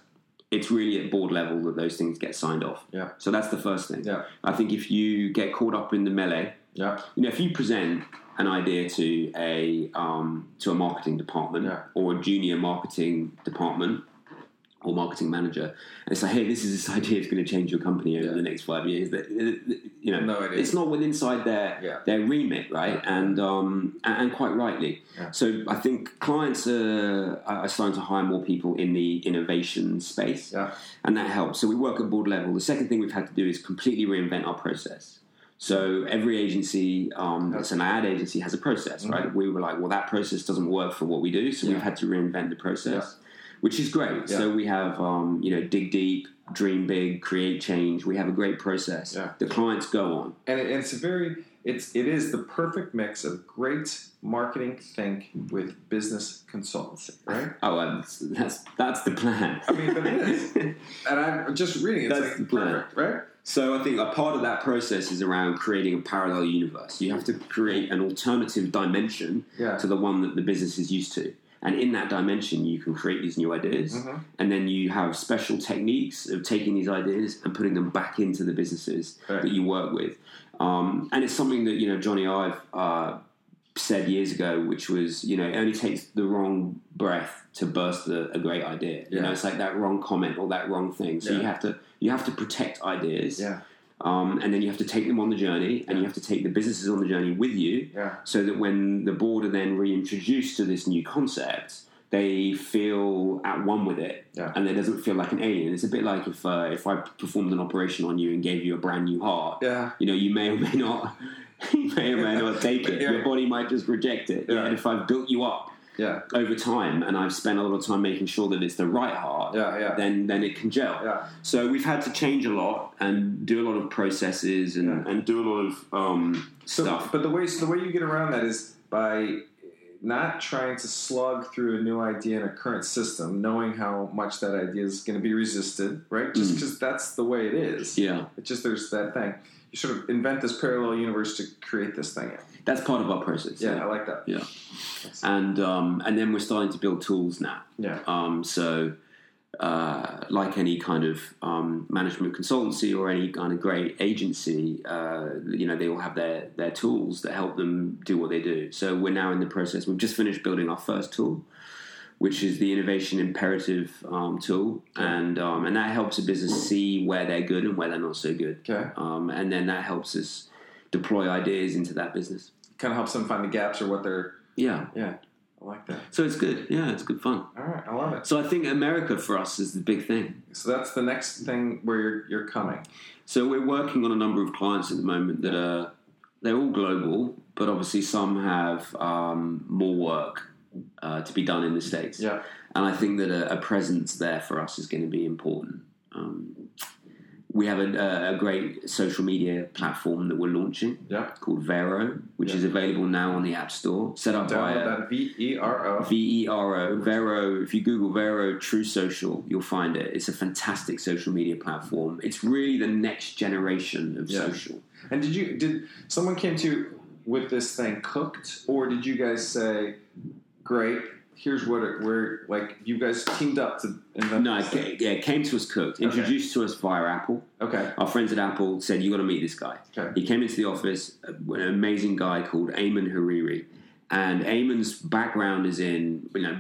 B: it's really at board level that those things get signed off.
C: Yeah.
B: So that's the first thing.
C: Yeah.
B: I think if you get caught up in the melee,
C: Yeah.
B: you know, if you present an idea to a um, to a marketing department
C: Yeah.
B: or a junior marketing department or marketing manager, and it's like, hey, this is this idea is going to change your company over
C: Yeah.
B: the next five years. That you know,
C: No, it
B: it's not within inside their
C: Yeah.
B: their remit, right? And um, and, and quite rightly.
C: Yeah.
B: So I think clients are, are starting to hire more people in the innovation space
C: Yeah.
B: and that helps. So we work at board level. The second thing we've had to do is completely reinvent our process. So every agency um, that's an ad agency has a process,
C: Mm-hmm.
B: right? We were like, well, that process doesn't work for what we do, so we've had to reinvent the process, which is great. So we have, um, you know, dig deep, dream big, create change. We have a great process.
C: Yeah.
B: The clients go on.
C: and it, it's a very it's it is the perfect mix of great marketing think with business consultancy, right?
B: Oh, and that's that's, that's the plan.
C: I mean, but it is. And I'm just reading it, it's
B: That's the
C: like
B: plan.
C: perfect, right?
B: So I think a part of that process is around creating a parallel universe. You have to create an alternative dimension
C: Yeah.
B: to the one that the business is used to. And in that dimension, you can create these new ideas.
C: Mm-hmm.
B: And then you have special techniques of taking these ideas and putting them back into the businesses
C: Right.
B: that you work with. Um, and it's something that, you know, Johnny Ive uh, said years ago, which was, you know, it only takes the wrong breath to burst a, a great idea. You know,
C: Yeah.
B: it's like that wrong comment or that wrong thing. So you
C: Yeah.
B: have to you have to protect ideas,
C: Yeah,
B: um, and then you have to take them on the journey, and you have to take the businesses on the journey with you,
C: yeah,
B: so that when the board are then reintroduced to this new concept, they feel at one with it,
C: Yeah.
B: and it doesn't feel like an alien. It's a bit like if uh, if I performed an operation on you and gave you a brand new heart,
C: yeah.
B: you know, you may or may not, you may or may not take it.
C: Yeah.
B: Your body might just reject it.
C: Yeah.
B: And if I've built you up
C: Yeah,
B: over time, and I've spent a lot of time making sure that it's the right heart,
C: yeah, yeah,
B: then then it can gel.
C: yeah,
B: So we've had to change a lot and do a lot of processes and,
C: Yeah.
B: and do a lot of um,
C: So,
B: stuff.
C: but the way so the way you get around that is by not trying to slog through a new idea in a current system, knowing how much that idea is going to be resisted, right? Just because that's the way it is.
B: Mm. yeah,
C: It's just there's that thing. You sort of invent this parallel universe to create this thing.
B: that's part of our process.
C: Yeah, I like that.
B: yeah. And um, and then we're starting to build tools now.
C: Yeah,
B: Um, so, uh, like any kind of um, management consultancy or any kind of great agency, uh, you know, they all have their their tools that help them do what they do. So we're now in the process. We've just finished building our first tool, which is the innovation imperative um, tool, and um, and that helps a business see where they're good and where they're not so good,
C: okay.
B: um, and then that helps us deploy ideas into that business.
C: Kind of helps them find the gaps or what they're.
B: Yeah.
C: Yeah, I like that.
B: So it's good. Yeah, it's good fun.
C: All right, I love it.
B: So I think America for us is the big thing.
C: So that's the next thing where you're, you're coming.
B: So we're working on a number of clients at the moment that are they're all global, but obviously some have um, more work uh, to be done in the states.
C: Yeah,
B: And I think that a, a presence there for us is going to be important. Um, we have a, a great social media platform that we're launching
C: yeah.
B: called Vero, which is available now on the App Store, set up by a,
C: Download that V E R O.
B: V E R O, Vero. If you Google Vero True Social, you'll find it. It's a fantastic social media platform. It's really the next generation of
C: Yeah.
B: social.
C: And did you did someone came to you with this thing cooked, or did you guys say, "Great, here's what it, where like you guys teamed up to invent"?
B: No,
C: this
B: it,
C: thing?
B: ca- yeah, it came to us cooked, introduced to us via Apple.
C: okay,
B: Our friends at Apple said, you got to meet this guy.
C: Okay.
B: He came into the office, uh, an amazing guy called Eamon Hariri. And Eamon's background is in, you know,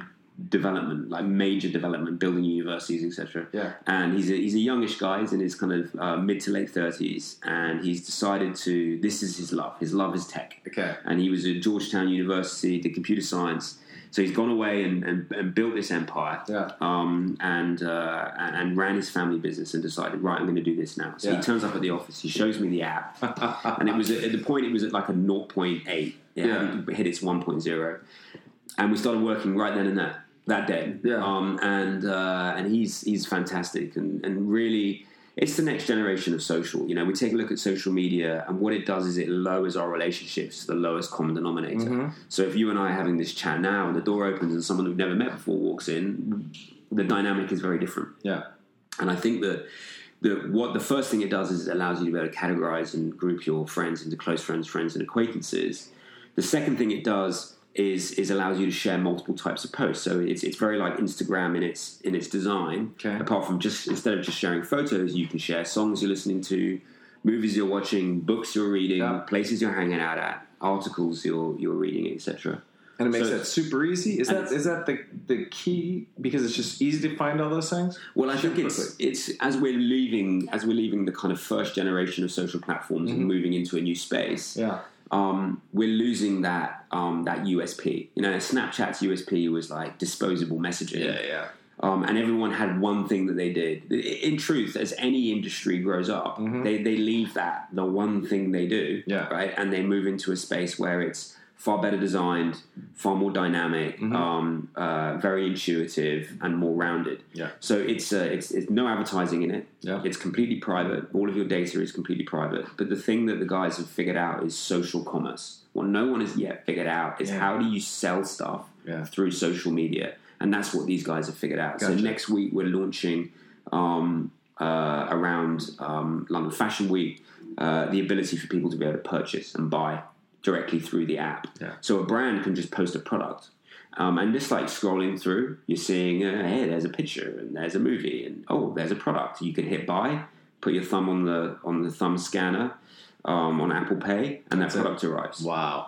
B: development, like major development, building universities, etc.
C: Yeah.
B: And he's a, he's a youngish guy. He's in his kind of uh, mid to late thirties, and he's decided to. This is his love. His love is tech.
C: Okay.
B: And he was at Georgetown University, did computer science. So he's gone away and, and, and built this empire
C: Yeah.
B: um, and, uh, and and ran his family business and decided, right, I'm going to do this now. So
C: Yeah.
B: he turns up at the office, he shows me the app,
C: Mm-hmm,
B: and it was at, at the point it was at like a 0.8. It
C: Yeah.
B: hadn't hit its 1.0, and we started working right then and there that day.
C: Yeah.
B: Um, and uh, and he's he's fantastic and and really. It's the next generation of social. You know, we take a look at social media, and what it does is it lowers our relationships to the lowest common
C: Mm-hmm.
B: denominator. So if you and I are having this chat now, and the door opens, and someone we've never met before walks in, the dynamic is very different.
C: Yeah.
B: And I think that the what the first thing it does is it allows you to be able to categorize and group your friends into close friends, friends, and acquaintances. The second thing it does is is allows you to share multiple types of posts. So it's it's very like Instagram in its in its design.
C: Okay.
B: Apart from just instead of just sharing photos, you can share songs you're listening to, movies you're watching, books you're reading,
C: Yeah.
B: places you're hanging out at, articles you're you're reading, etc.
C: And it makes
B: So-
C: that super easy. Is
B: And
C: that is that the the key? Because it's just easy to find all those things.
B: Well, I think
C: Share
B: it's it's as we're leaving as we're leaving the kind of first generation of social platforms
C: Mm-hmm.
B: and moving into a new space.
C: Yeah.
B: um, we're losing that um, that USP. You know, Snapchat's USP was like disposable messaging,
C: Yeah.
B: um, and everyone had one thing that they did. I- In truth, as any industry grows up, they they leave that the one thing they do,
C: Mm-hmm. Yeah.
B: right, and they move into a space where it's far better designed, far more dynamic,
C: Mm-hmm.
B: um, uh, very intuitive, and more rounded.
C: Yeah.
B: So it's uh, it's it's no advertising in it.
C: Yeah.
B: It's completely private. All of your data is completely private. But the thing that the guys have figured out is social commerce. What no one has yet figured out is
C: Yeah.
B: how do you sell stuff
C: Yeah.
B: through social media, and that's what these guys have figured out.
C: Gotcha.
B: So next week we're launching um, uh, around um, London Fashion Week uh, the ability for people to be able to purchase and buy directly through the app.
C: Yeah.
B: So a brand can just post a product. Um, and just like scrolling through, you're seeing, uh, hey, there's a picture, and there's a movie, and oh, there's a product. You can hit buy, put your thumb on the on the thumb scanner um, on Apple Pay, and that
C: it.
B: product arrives.
C: Wow.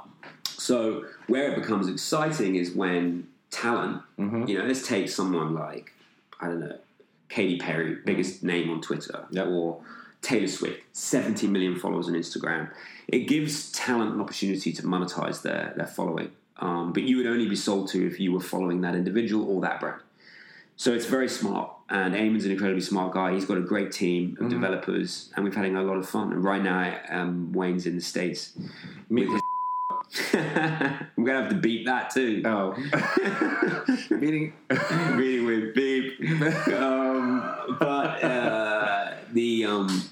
B: So where it becomes exciting is when talent,
C: Mhm.
B: you know, let's take someone like I don't know, Katy Perry, biggest name on Twitter,
C: Mm-hmm. Yep.
B: or Taylor Swift, 70 million followers on Instagram. It gives talent an opportunity to monetize their their following. Um, but you would only be sold to if you were following that individual or that brand. So it's very smart. And Eamon's an incredibly smart guy. He's got a great team
C: Mm-hmm.
B: of developers, and we've had a lot of fun. And right now, um, Wayne's in the States.
C: Me-
B: with his I'm gonna have to beat that too.
C: Oh. Meeting.
B: Meeting with beep. Um, but uh, the um,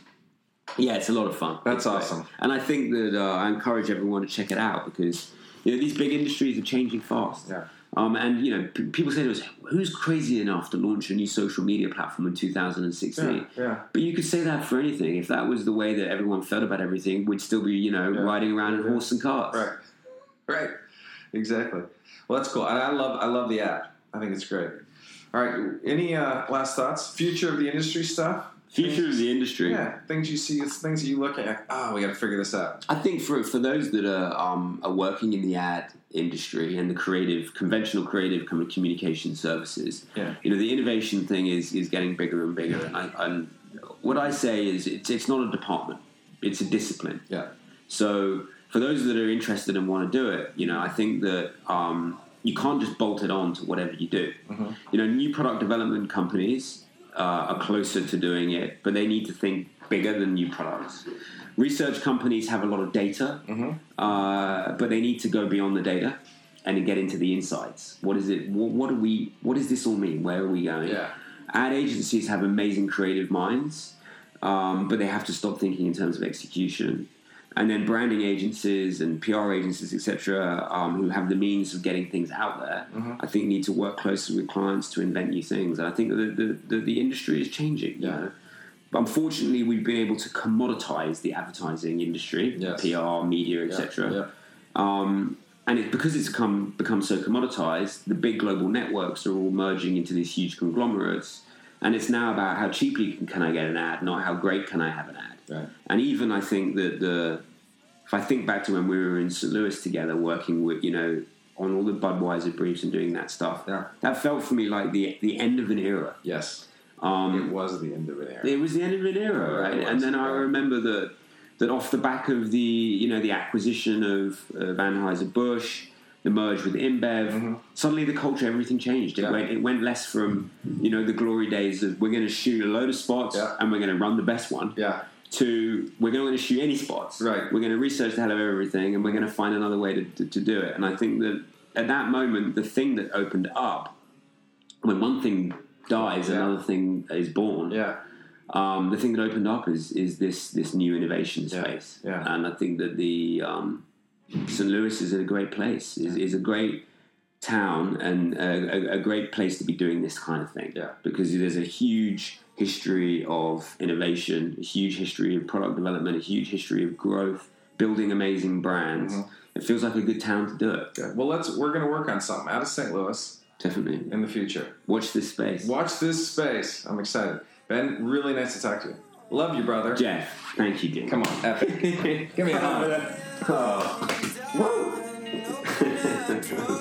B: yeah, it's a lot of fun.
C: That's
B: It's great.
C: awesome.
B: and I think that uh, I encourage everyone to check it out because you know these big industries are changing fast.
C: Yeah.
B: Um, and you know, p- people say to us, "Who's crazy enough to launch a new social media platform in 2016?"
C: Yeah, yeah.
B: But you could say that for anything. If that was the way that everyone felt about everything, we'd still be, you know, riding around in horse and carts.
C: Right. Right. Exactly. Well, that's cool. And I love I love the app. I think it's great. All right. Any uh, last thoughts? Future of the industry stuff.
B: Future of the industry.
C: Yeah. Things you see. It's things you look at. like, Oh, we got to figure this out.
B: I think for for those that are um, are working in the ad industry and the creative, conventional creative com- communication services,
C: Yeah.
B: you know, the innovation thing is is getting bigger and bigger. And I, I'm, what I say is, it's it's not a department; it's a discipline.
C: Yeah.
B: So for those that are interested and want to do it, you know, I think that um, you can't just bolt it on to whatever you do.
C: Mm-hmm.
B: You know, new product development companies uh, are closer to doing it, but they need to think bigger than new products. Research companies have a lot of data,
C: Mm-hmm.
B: uh, but they need to go beyond the data and get into the insights. What is it? What, what do we? What does this all mean? Where are we going?
C: Yeah.
B: Ad agencies have amazing creative minds, um, but they have to stop thinking in terms of execution. And then branding agencies and PR agencies, etc., um, who have the means of getting things out there,
C: Mm-hmm.
B: I think need to work closer with clients to invent new things. And I think the the, the, the industry is changing. You
C: Yeah.
B: know? But unfortunately, we've been able to commoditize the advertising industry,
C: Yes.
B: PR, media, etc.
C: Yeah.
B: Um, and it, because it's come, become so commoditized, the big global networks are all merging into these huge conglomerates. And it's now about how cheaply can, can I get an ad, not how great can I have an ad.
C: Right.
B: And even I think that the, if I think back to when we were in St. Louis together working with, you know, on all the Budweiser briefs and doing that stuff.
C: Yeah.
B: That felt for me like the the end of an era.
C: Yes,
B: Um,
C: it was the end of an era.
B: it was the end of an era, right?
C: It was,
B: and then I
C: yeah.
B: remember that that off the back of the you know the acquisition of, of Anheuser Busch, the merge with InBev, suddenly the culture everything changed. It
C: Mm-hmm. Yeah.
B: went it went less from you know the glory days of we're going to shoot a load of spots
C: Yeah.
B: and we're going to run the best one
C: Yeah,
B: to we're not going to shoot any spots.
C: Right.
B: We're going to research the hell of everything and we're going to find another way to, to, to do it. And I think that at that moment, the thing that opened up, when one thing dies,
C: Yeah.
B: another thing is born.
C: yeah,
B: Um, the thing that opened up is is this this new innovation space.
C: Yeah.
B: And I think that the um, St. Louis is a great place. is is a great town and a, a, a great place to be doing this kind of thing.
C: Yeah.
B: Because there's a huge history of innovation, a huge history of product development, a huge history of growth, building amazing brands.
C: Mm-hmm.
B: It feels like a good town to do it.
C: Good. Well, let's we're going to work on something out of St. Louis
B: Definitely.
C: in the future.
B: Watch this space.
C: Watch this space. I'm excited. Ben, really nice to talk to you. Love you, brother.
B: Jeff, thank you, dude.
C: Come on, epic. Give me a hug.
B: Woo!